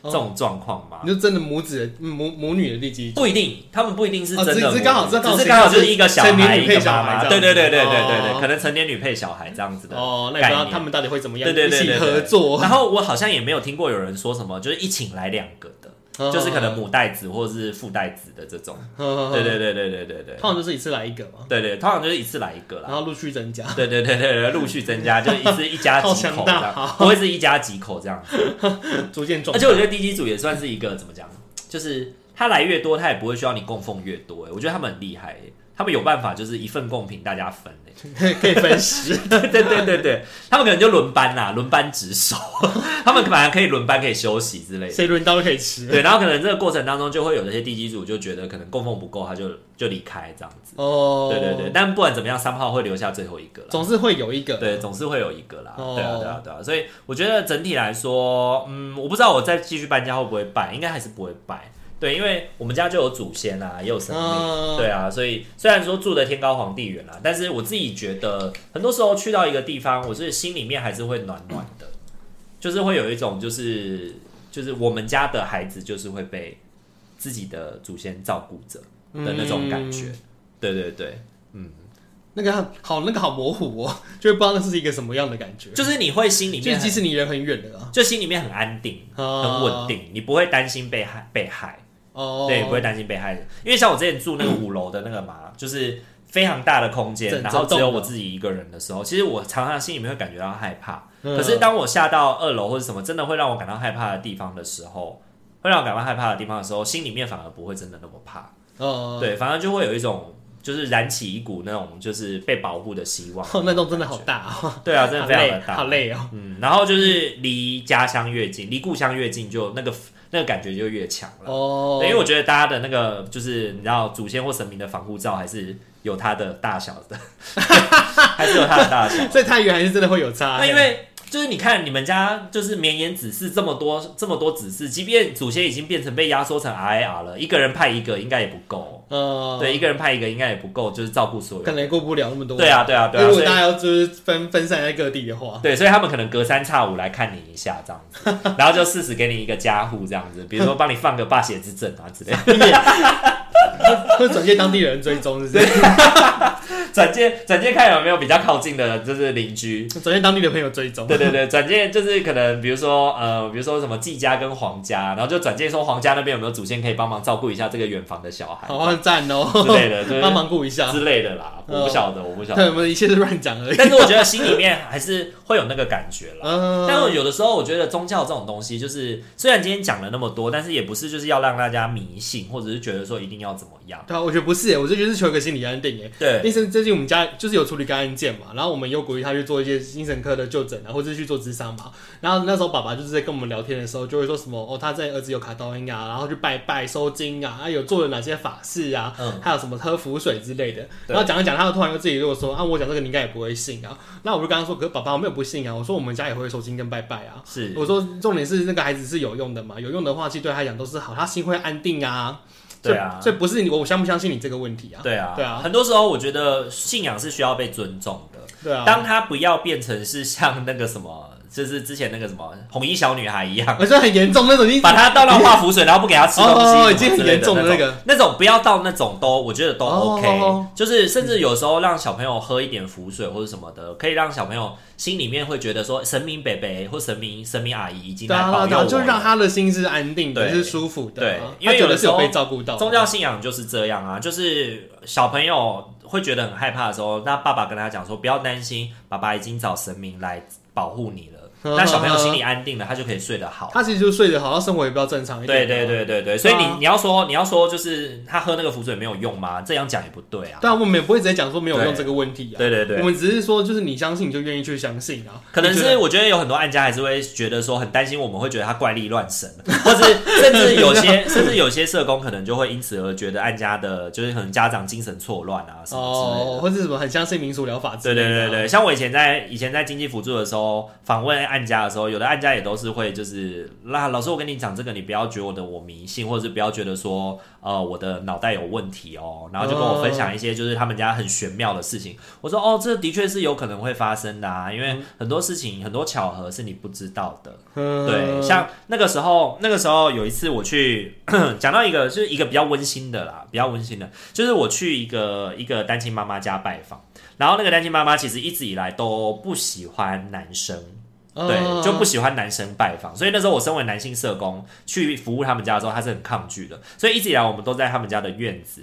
[SPEAKER 1] 这种状况嘛
[SPEAKER 2] 你。就真的母子的母母女的地基
[SPEAKER 1] 不一定，他们不一定是
[SPEAKER 2] 哦
[SPEAKER 1] 真的
[SPEAKER 2] 只
[SPEAKER 1] 母
[SPEAKER 2] 只
[SPEAKER 1] 女，
[SPEAKER 2] 刚好这刚好
[SPEAKER 1] 只
[SPEAKER 2] 是
[SPEAKER 1] 是刚好就是一个小
[SPEAKER 2] 成年
[SPEAKER 1] 孩
[SPEAKER 2] 女
[SPEAKER 1] 一
[SPEAKER 2] 配
[SPEAKER 1] 个
[SPEAKER 2] 小
[SPEAKER 1] 妈
[SPEAKER 2] 孩
[SPEAKER 1] 妈，
[SPEAKER 2] 这样
[SPEAKER 1] 对对对对对对
[SPEAKER 2] 哦
[SPEAKER 1] 对，可能成年女配小孩这样子的
[SPEAKER 2] 哦，那你不
[SPEAKER 1] 概
[SPEAKER 2] 知道
[SPEAKER 1] 念。
[SPEAKER 2] 他们到底会怎么样
[SPEAKER 1] 对对对
[SPEAKER 2] 一起
[SPEAKER 1] 对对
[SPEAKER 2] 合作，
[SPEAKER 1] 然后我好像也没有听过有人说什么，就是一请来两个的，
[SPEAKER 2] 哦
[SPEAKER 1] 就是可能母带子或者是父带子的这种。
[SPEAKER 2] 嗯，
[SPEAKER 1] 对对对对对对对
[SPEAKER 2] 通常就是一次来一个嘛，
[SPEAKER 1] 对对，通常就是一次来一个啦
[SPEAKER 2] 然。后陆续 增加。
[SPEAKER 1] 对对对对对，陆续增 加，就是一次一家
[SPEAKER 2] 好
[SPEAKER 1] 几
[SPEAKER 2] 强
[SPEAKER 1] 口这
[SPEAKER 2] 大
[SPEAKER 1] 样，不会是一家几口这样。
[SPEAKER 2] 逐渐壮
[SPEAKER 1] 而。且我觉得地基组也算是一个怎么讲，就是他来越多，他也不会需要你供奉越多、欸。我觉得他们很厉害、欸，他们有办法就是一份贡品大家分、欸。
[SPEAKER 2] 可以分食，
[SPEAKER 1] 对对对对对，他们可能就轮班啦，轮班值守， 他们本来可以轮班可以休息之类的。
[SPEAKER 2] 谁轮到都可以吃。
[SPEAKER 1] 对，然后可能这个过程当中就会有这些地基组就觉得可能供奉不够，他就就离开这样子。
[SPEAKER 2] 哦，
[SPEAKER 1] 对对对，，但不管怎么样，三号会留下最后一个啦。
[SPEAKER 2] 总是会有一个。
[SPEAKER 1] 对，总是会有一个啦。
[SPEAKER 2] 哦
[SPEAKER 1] 对啊，对啊，对啊。所以我觉得整体来说，嗯，我不知道我再继续搬家会不会拜，应该还是不会拜。对，因为我们家就有祖先啦，也有神明，
[SPEAKER 2] 嗯，
[SPEAKER 1] 对啊，所以虽然说住的天高皇帝远啦，但是我自己觉得，很多时候去到一个地方，我是心里面还是会暖暖的，就是会有一种就是就是我们家的孩子就是会被自己的祖先照顾着的那种感觉。对对对，
[SPEAKER 2] 嗯那个好，那个好模糊哦， 就会不知道那是一个什么样的感觉。
[SPEAKER 1] 就是你会心里
[SPEAKER 2] 就
[SPEAKER 1] 面
[SPEAKER 2] 即
[SPEAKER 1] 很
[SPEAKER 2] 使你人很远的啊，
[SPEAKER 1] 就心里面很安定，很
[SPEAKER 2] 很
[SPEAKER 1] 稳。定，你不会担心被害被害。
[SPEAKER 2] 哦，
[SPEAKER 1] 对，不会担心被害人，因为像我之前住那个五楼的那个嘛，就是非常大的空间，
[SPEAKER 2] 嗯整
[SPEAKER 1] 然后
[SPEAKER 2] 整栋
[SPEAKER 1] 只有我
[SPEAKER 2] 的
[SPEAKER 1] 自己一个人的时候，其实我常常心里面会感觉到害怕。
[SPEAKER 2] 嗯
[SPEAKER 1] 可是当我下到二楼或者什么真的会让我感到害怕的地方的时候，会让我感到害怕的地方的时候，心里面反而不会真的那么怕，
[SPEAKER 2] 哦，
[SPEAKER 1] 对，反而就会有一种就是燃起一股那种就是被保护的希望
[SPEAKER 2] 哦，。那栋真的好大哦，
[SPEAKER 1] 对啊，真的
[SPEAKER 2] 好
[SPEAKER 1] 非常的
[SPEAKER 2] 累，
[SPEAKER 1] 大，
[SPEAKER 2] 好累哦。
[SPEAKER 1] 嗯，然后就是离家乡越近，离故乡越近，就那个那个感觉就越强了。
[SPEAKER 2] 哦，
[SPEAKER 1] 对，因为我啊觉得大家的那个就是你知道祖先或神明的防护罩还是有它的大小 的，还是有它的大小。
[SPEAKER 2] 所以太远还是真的会有差。
[SPEAKER 1] 那因为就是你看你们家就是绵延子嗣这么多这么多子嗣，即便祖先已经变成被压缩成 R I R 了，一个人派一个应该也不够，
[SPEAKER 2] 呃，
[SPEAKER 1] 对，一个人派一个应该也不够，就是照顾所有
[SPEAKER 2] 可
[SPEAKER 1] 人。
[SPEAKER 2] 能也过不了那么多。
[SPEAKER 1] 对啊，对啊，对啊，
[SPEAKER 2] 如
[SPEAKER 1] 所
[SPEAKER 2] 果
[SPEAKER 1] 以
[SPEAKER 2] 大家要就是分分散在各地的话，
[SPEAKER 1] 对，所以他们可能隔三差五来看你一下这样子，然后就适时给你一个加护这样子，比如说帮你放个霸血之阵啊之类的。
[SPEAKER 2] 会转介当地人追踪，是不是？
[SPEAKER 1] 转介转介看有没有比较靠近的，就是邻居。
[SPEAKER 2] 转介当地的朋友追踪。
[SPEAKER 1] 对对对，转介就是可能比如说呃，比如说什么季家跟黄家，然后就转介说黄家那边有没有祖先可以帮忙照顾一下这个远房的小孩
[SPEAKER 2] 好赞
[SPEAKER 1] 之
[SPEAKER 2] 哦，
[SPEAKER 1] 类 的，就是
[SPEAKER 2] 帮忙顾一下。嗯
[SPEAKER 1] 之类的啦。我不晓得，我不晓
[SPEAKER 2] 对，我
[SPEAKER 1] 得，
[SPEAKER 2] 们一切都乱讲而已。
[SPEAKER 1] 但是我觉得心里面还是会有那个感觉啦。
[SPEAKER 2] 嗯，
[SPEAKER 1] 但我有的时候我觉得宗教这种东西，就是虽然今天讲了那么多，但是也不是就是要让大家迷信，或者是觉得说一定要怎么样。
[SPEAKER 2] 对啊，我觉得不是耶，我就觉得是求一个心理安定耶。
[SPEAKER 1] 对，
[SPEAKER 2] 医生最近我们家就是有处理一个案件嘛，然后我们有鼓励他去做一些精神科的就诊啊，或者是去做智商嘛。然后那时候爸爸就是在跟我们聊天的时候，就会说什么哦，他在儿子有卡刀音啊，然后去拜拜收金啊，啊有做了哪些法事啊，
[SPEAKER 1] 嗯
[SPEAKER 2] 还有什么喝符水之类的。
[SPEAKER 1] 对
[SPEAKER 2] 然后讲一讲，他突然又自己跟我说啊，我讲这个你应该也不会信啊。那我就跟他说，可是爸爸我没有不信啊，我说我们家也会收金跟拜拜啊。
[SPEAKER 1] 是
[SPEAKER 2] 我说重点是那个孩子是有用的嘛，有用的话其实对他来讲都是好，他心会安定啊。
[SPEAKER 1] 对啊
[SPEAKER 2] 所以所以不是你我相不相信你这个问题啊？
[SPEAKER 1] 对啊，
[SPEAKER 2] 对啊
[SPEAKER 1] 很多时候我觉得信仰是需要被尊重的。
[SPEAKER 2] 对啊，
[SPEAKER 1] 当他不要变成是像那个什么，就是之前那个什么红衣小女孩一 样，
[SPEAKER 2] 我觉得很严重那种，已经
[SPEAKER 1] 把她倒
[SPEAKER 2] 啊
[SPEAKER 1] 到化腐水，然后不给她吃东西，
[SPEAKER 2] 哦
[SPEAKER 1] 什么
[SPEAKER 2] 已经很
[SPEAKER 1] 之类
[SPEAKER 2] 严重
[SPEAKER 1] 的
[SPEAKER 2] 的
[SPEAKER 1] 那
[SPEAKER 2] 那个
[SPEAKER 1] 种，那种不要到那种都，我觉得都
[SPEAKER 2] 哦
[SPEAKER 1] OK，、就是甚至有时候让小朋友喝一点符水或者什么的，可以让小朋友心里面会觉得说神明伯伯或神明神明阿姨已经
[SPEAKER 2] 对
[SPEAKER 1] 来
[SPEAKER 2] 啊，
[SPEAKER 1] 保
[SPEAKER 2] 对
[SPEAKER 1] 佑我
[SPEAKER 2] 啊
[SPEAKER 1] 了，
[SPEAKER 2] 就让他的心是安定的，
[SPEAKER 1] 对
[SPEAKER 2] 是舒服的啊。
[SPEAKER 1] 对因为
[SPEAKER 2] 他觉
[SPEAKER 1] 有的
[SPEAKER 2] 得是
[SPEAKER 1] 时候
[SPEAKER 2] 有被照顾到。
[SPEAKER 1] 宗教信仰就是这样啊，就是小朋友会觉得很害怕的时候，那爸爸跟他讲说不要担心，爸爸已经找神明来保护你了。那小朋友心里安定了，他就可以睡得好。
[SPEAKER 2] 他其实就睡得好，他生活也比较正常一
[SPEAKER 1] 对
[SPEAKER 2] 点。
[SPEAKER 1] 对。对对对，所以
[SPEAKER 2] 啊
[SPEAKER 1] 你你要说你要说就是他喝那个符水没有用吗？这样讲也不对啊。
[SPEAKER 2] 但我们也不会直接讲说没有
[SPEAKER 1] 对
[SPEAKER 2] 用这个问题啊。
[SPEAKER 1] 对对
[SPEAKER 2] 我
[SPEAKER 1] 对，
[SPEAKER 2] 们只是说，就是你相信你就愿意去相信啊。
[SPEAKER 1] 可能
[SPEAKER 2] 你觉
[SPEAKER 1] 是
[SPEAKER 2] 得
[SPEAKER 1] 我觉得有很多案家还是会觉得说很担心，我们会觉得他怪力乱神，或是甚至有 些甚至有些社工可能就会因此而觉得案家的就是可能家长精神错乱啊什么之类的。
[SPEAKER 2] 哦，或者什么很相信民俗疗法
[SPEAKER 1] 对
[SPEAKER 2] 之类
[SPEAKER 1] 对
[SPEAKER 2] 的啊
[SPEAKER 1] 对对，像我以前在以前在经济辅助的时候，访问案家的时候，有的案家也都是会就是，那老师我跟你讲这个，你不要觉得我迷信，或者是不要觉得说呃我的脑袋有问题哦， 然后就跟我分享一些就是他们家很玄妙的事情。我说哦，这的确是有可能会发生的啊，因为很多事情很多巧合是你不知道的。
[SPEAKER 2] 嗯
[SPEAKER 1] 对，像那个时候，那个时候有一次我去 讲到一个，就是一个比较温馨的啦，比较温馨的，就是我去一个一个单亲妈妈家拜访，然后那个单亲妈妈其实一直以来都不喜欢男生，对，
[SPEAKER 2] 嗯
[SPEAKER 1] 就不喜欢男生拜访，所以那时候我身为男性社工去服务他们家的时候，他是很抗拒的，所以一直以来我们都在他们家的院子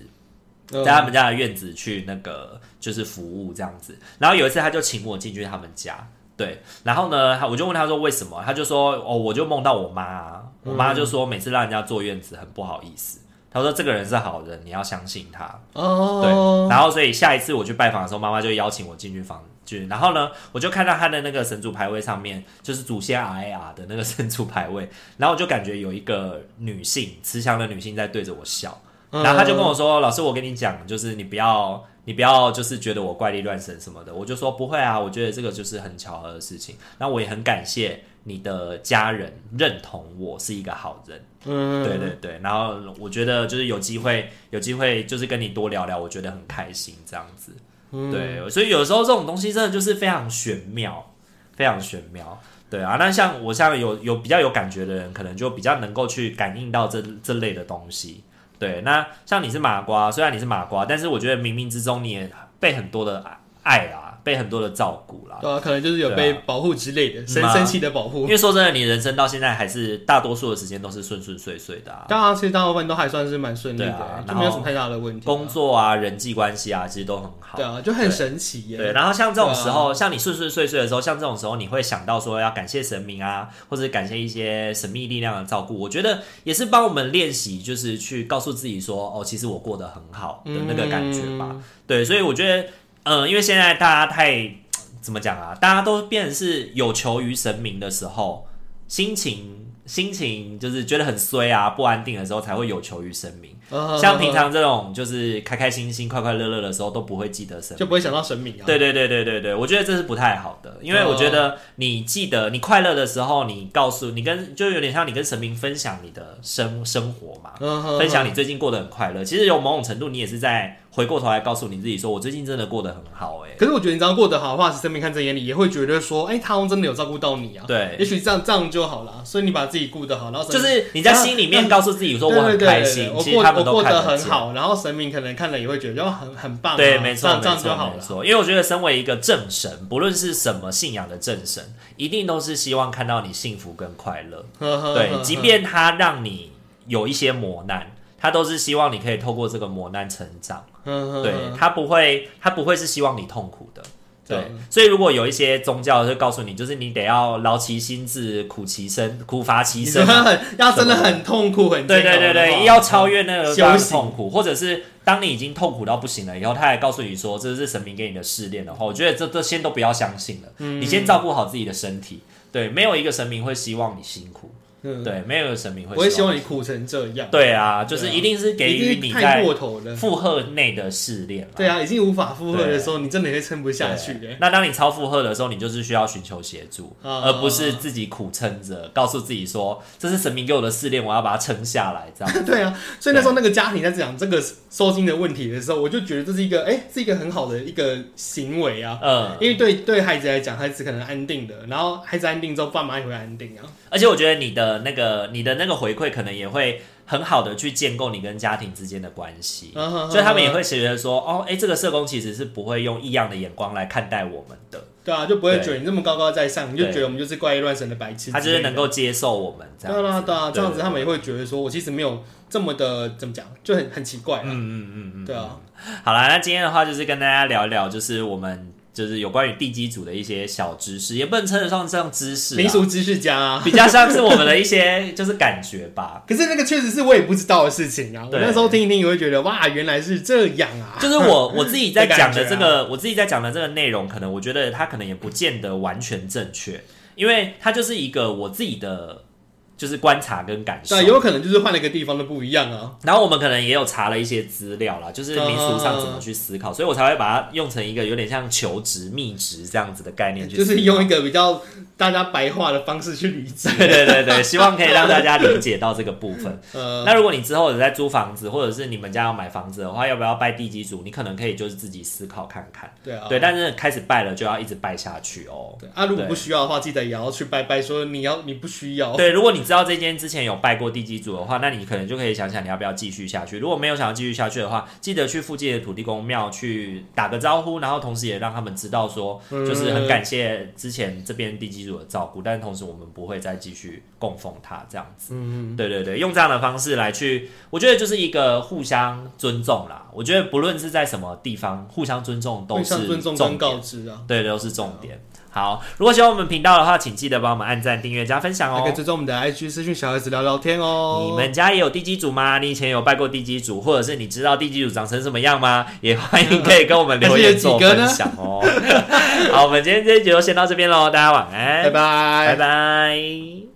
[SPEAKER 2] 嗯
[SPEAKER 1] 在他们家的院子去那个就是服务这样子。然后有一次他就请我进去他们家，对，然后呢，他我就问他说为什么，他就说哦，我就梦到我妈啊，我妈
[SPEAKER 2] 嗯
[SPEAKER 1] 就说每次让人家坐院子很不好意思。他说：“这个人是好人，你要相信他。”对，
[SPEAKER 2] 哦，
[SPEAKER 1] 然后所以下一次我去拜访的时候，妈妈就邀请我进去房去，然后呢，我就看到他的那个神主牌位上面，就是祖先 R A R 的那个 神主牌位，然后我就感觉有一个女性慈祥的女性在对着我笑，
[SPEAKER 2] 嗯
[SPEAKER 1] 然后他就跟我说：“老师，我跟你讲，就是你不要。”你不要就是觉得我怪力乱神什么的，我就说不会啊，我觉得这个就是很巧合的事情。那我也很感谢你的家人认同我是一个好人。
[SPEAKER 2] 嗯，
[SPEAKER 1] 对对对，然后我觉得就是有机会，有机会就是跟你多聊聊，我觉得很开心这样子。
[SPEAKER 2] 嗯
[SPEAKER 1] 对，所以有时候这种东西真的就是非常玄妙，非常玄妙。对啊，那像我像有有比较有感觉的人，可能就比较能够去感应到这这类的东西。对，那像你是麻瓜，虽然你是麻瓜，但是我觉得冥冥之中你也被很多的爱啦，被很多的照顾啦。
[SPEAKER 2] 对啊，可能就是有被保护之类的，神
[SPEAKER 1] 嗯啊
[SPEAKER 2] 神奇的保护
[SPEAKER 1] 因。为说真的，你人生到现在还是大多数的时间都是顺顺遂遂的啊，
[SPEAKER 2] 当然，其实大部分都还算是蛮顺利
[SPEAKER 1] 对啊
[SPEAKER 2] 的，就没有什么太大的问题啊。
[SPEAKER 1] 工作啊、人际关系啊，其实都很好。
[SPEAKER 2] 对啊，啊就很神奇耶。
[SPEAKER 1] 对，然后像这种时候，像你顺顺遂遂的时候，像这种时候，你会想到说要感谢神明啊，或者感谢一些神秘力量的照顾。我觉得也是帮我们练习，就是去告诉自己说，哦，其实我过得很好的
[SPEAKER 2] 嗯
[SPEAKER 1] 那个感觉吧。对，所以我觉得，嗯、因为现在大家太怎么讲啊，大家都变成是有求于神明的时候，心情心情就是觉得很衰啊、不安定的时候，才会有求于神明。
[SPEAKER 2] 嗯，
[SPEAKER 1] 像平常这种就是开开心心、快快乐乐的时候，都不会记得神明
[SPEAKER 2] 就不会想到神明啊。
[SPEAKER 1] 对对对对对对，我觉得这是不太好的，因为我觉得你记得你快乐的时候，你告诉你跟就有点像你跟神明分享你的生生活嘛，
[SPEAKER 2] 嗯，嗯
[SPEAKER 1] 分享你最近过得很快乐。其实有某种程度，你也是在回过头来告诉你自己，说我最近真的过得很好、欸，
[SPEAKER 2] 可是我觉得你只要过得好的话，其实生命看在眼里，也会觉得说，哎、他好像真的有照顾到你啊。
[SPEAKER 1] 对
[SPEAKER 2] 也许这样这样就好了。所以你把自己顾得好，然后神
[SPEAKER 1] 就
[SPEAKER 2] 明
[SPEAKER 1] 是你在心里面告诉自己说我很
[SPEAKER 2] 对对对
[SPEAKER 1] 开心，
[SPEAKER 2] 对对
[SPEAKER 1] 其实
[SPEAKER 2] 我过
[SPEAKER 1] 他们
[SPEAKER 2] 我
[SPEAKER 1] 都
[SPEAKER 2] 过
[SPEAKER 1] 看
[SPEAKER 2] 得
[SPEAKER 1] 得
[SPEAKER 2] 很
[SPEAKER 1] 见。
[SPEAKER 2] 好，然后神明可能看了也会觉得就很很棒啊、
[SPEAKER 1] 对，没
[SPEAKER 2] 这
[SPEAKER 1] 错，
[SPEAKER 2] 样这
[SPEAKER 1] 没
[SPEAKER 2] 样就
[SPEAKER 1] 错，
[SPEAKER 2] 好
[SPEAKER 1] 没
[SPEAKER 2] 了。
[SPEAKER 1] 错。因为我觉得，身为一个正神，不论是什么信仰的正神，一定都是希望看到你幸福跟快乐。
[SPEAKER 2] 呵呵呵
[SPEAKER 1] 对，
[SPEAKER 2] 呵
[SPEAKER 1] 即便他让你有一些磨难，他都是希望你可以透过这个磨难成长。
[SPEAKER 2] 呵呵
[SPEAKER 1] 对
[SPEAKER 2] 呵
[SPEAKER 1] 他不会，他不会是希望你痛苦的。对
[SPEAKER 2] 对，
[SPEAKER 1] 所以如果有一些宗教就告诉你，就是你得要劳其心志，苦其身，苦乏其
[SPEAKER 2] 你真
[SPEAKER 1] 身啊
[SPEAKER 2] 的。 很要真的很痛苦，很
[SPEAKER 1] 对
[SPEAKER 2] 煎熬
[SPEAKER 1] 对对
[SPEAKER 2] 的话
[SPEAKER 1] 对，要超越那个
[SPEAKER 2] 修
[SPEAKER 1] 段
[SPEAKER 2] 行
[SPEAKER 1] 痛苦，或者是当你已经痛苦到不行了以后，他还告诉你说这是神明给你的试炼的话，我觉得这这先都不要相信了，你先照顾好自己的身体。对，没有一个神明会希望你辛苦，
[SPEAKER 2] 嗯，
[SPEAKER 1] 对，没有一个神明会
[SPEAKER 2] 我也希
[SPEAKER 1] 望
[SPEAKER 2] 望你苦成这样，
[SPEAKER 1] 对啊，就是
[SPEAKER 2] 对啊
[SPEAKER 1] 一定是给予
[SPEAKER 2] 已经
[SPEAKER 1] 你
[SPEAKER 2] 太
[SPEAKER 1] 在
[SPEAKER 2] 过头了。
[SPEAKER 1] 负荷内的试炼啦
[SPEAKER 2] 对啊，已经无法负荷
[SPEAKER 1] 对
[SPEAKER 2] 的时候，你真的会撑不下去
[SPEAKER 1] 对
[SPEAKER 2] 的。
[SPEAKER 1] 那当你超负荷的时候，你就是需要寻求协助，
[SPEAKER 2] 啊
[SPEAKER 1] 而不是自己苦撑着，告诉自己说这是神明给我的试炼，我要把它撑下来。这样
[SPEAKER 2] 对啊，所以那时候那个家庭在讲这个收金的问题的时候，我就觉得这是一个，哎、是一个很好的一个行为啊。
[SPEAKER 1] 嗯，
[SPEAKER 2] 因为对对孩子来讲，孩子可能安定的，然后孩子安定之后，爸妈也会安定啊。
[SPEAKER 1] 而且我觉得你的那个你的那个回馈，可能也会很好的去建构你跟家庭之间的关系，
[SPEAKER 2] 嗯哼
[SPEAKER 1] 所以他们也会觉得说，哦，哎、这个社工其实是不会用异样的眼光来看待我们的，
[SPEAKER 2] 对啊，就不会
[SPEAKER 1] 对
[SPEAKER 2] 觉得你这么高高在上，你就
[SPEAKER 1] 对
[SPEAKER 2] 觉得我们就是怪力乱神的白痴之类的。
[SPEAKER 1] 他就是能够接受我们这
[SPEAKER 2] 对
[SPEAKER 1] 样子。
[SPEAKER 2] 啊对啊，这样子
[SPEAKER 1] 对
[SPEAKER 2] 他们也会觉得说，我其实没有这么的怎么讲，就很很奇怪啊。
[SPEAKER 1] 嗯嗯嗯嗯，
[SPEAKER 2] 对啊，
[SPEAKER 1] 好啦，那今天的话就是跟大家聊一聊，就是我们就是有关于地基组的一些小知识，也不能称得上像知识、
[SPEAKER 2] 民
[SPEAKER 1] 啊，
[SPEAKER 2] 俗知识家啊。
[SPEAKER 1] 比较像是我们的一些就是感觉吧。
[SPEAKER 2] 可是那个确实是我也不知道的事情啊。我
[SPEAKER 1] 对
[SPEAKER 2] 那时候听一听，也会觉得哇，原来是这样啊。
[SPEAKER 1] 就是 我我自己在讲的这
[SPEAKER 2] 的感啊
[SPEAKER 1] 个，我自己在讲的这个内容，可能我觉得它可能也不见得完全正确，因为它就是一个我自己的就是观察跟感受
[SPEAKER 2] 对，。有可能就是换了一个地方都不一样啊。
[SPEAKER 1] 然后我们可能也有查了一些资料啦，就是民俗上怎么去思
[SPEAKER 2] 嗯
[SPEAKER 1] 考，所以我才会把它用成一个有点像求职、觅职这样子的概念去思
[SPEAKER 2] 就
[SPEAKER 1] 考，
[SPEAKER 2] 是用一个比较大家白话的方式去理解。
[SPEAKER 1] 对对对对，希望可以让大家理解到这个部分。
[SPEAKER 2] 呃，
[SPEAKER 1] 那如果你之后有在租房子，或者是你们家要买房子的话，要不要拜地基主？你可能可以就是自己思考看看。
[SPEAKER 2] 对啊，
[SPEAKER 1] 对，但是开始拜了就要一直拜下去哦。
[SPEAKER 2] 对啊，如果
[SPEAKER 1] 对
[SPEAKER 2] 不需要的话，记得也要去拜拜，说你要你不需要。
[SPEAKER 1] 对，如果你知道这间之前有拜过地基主的话，那你可能就可以想想你要不要继续下去。如果没有想要继续下去的话，记得去附近的土地公庙去打个招呼，然后同时也让他们知道说，
[SPEAKER 2] 嗯
[SPEAKER 1] 就是很感谢之前这边地基主的照顾，但是同时我们不会再继续供奉他这样子。嗯，对对对，用这样的方式来去，我觉得就是一个互相尊重啦。我觉得不论是在什么地方，互相尊重都
[SPEAKER 2] 互
[SPEAKER 1] 是
[SPEAKER 2] 相尊重
[SPEAKER 1] 重
[SPEAKER 2] 跟
[SPEAKER 1] 点
[SPEAKER 2] 告知啊。
[SPEAKER 1] 对，都是重点。好，如果喜欢我们频道的话，请记得帮我们按赞、订阅、加分享
[SPEAKER 2] 还可以
[SPEAKER 1] 哦。
[SPEAKER 2] 追踪我们的 IG 私讯小孩子聊聊天哦。
[SPEAKER 1] 你们家也有地基组吗？你以前有拜过地基组，或者是你知道地基组长成什么样吗？也欢迎可以跟我们留
[SPEAKER 2] 还是有
[SPEAKER 1] 言
[SPEAKER 2] 几
[SPEAKER 1] 做
[SPEAKER 2] 个
[SPEAKER 1] 分
[SPEAKER 2] 呢
[SPEAKER 1] 享哦。 好，我们今天这一集就先到这边喽，大家晚安，
[SPEAKER 2] 拜拜，
[SPEAKER 1] 拜拜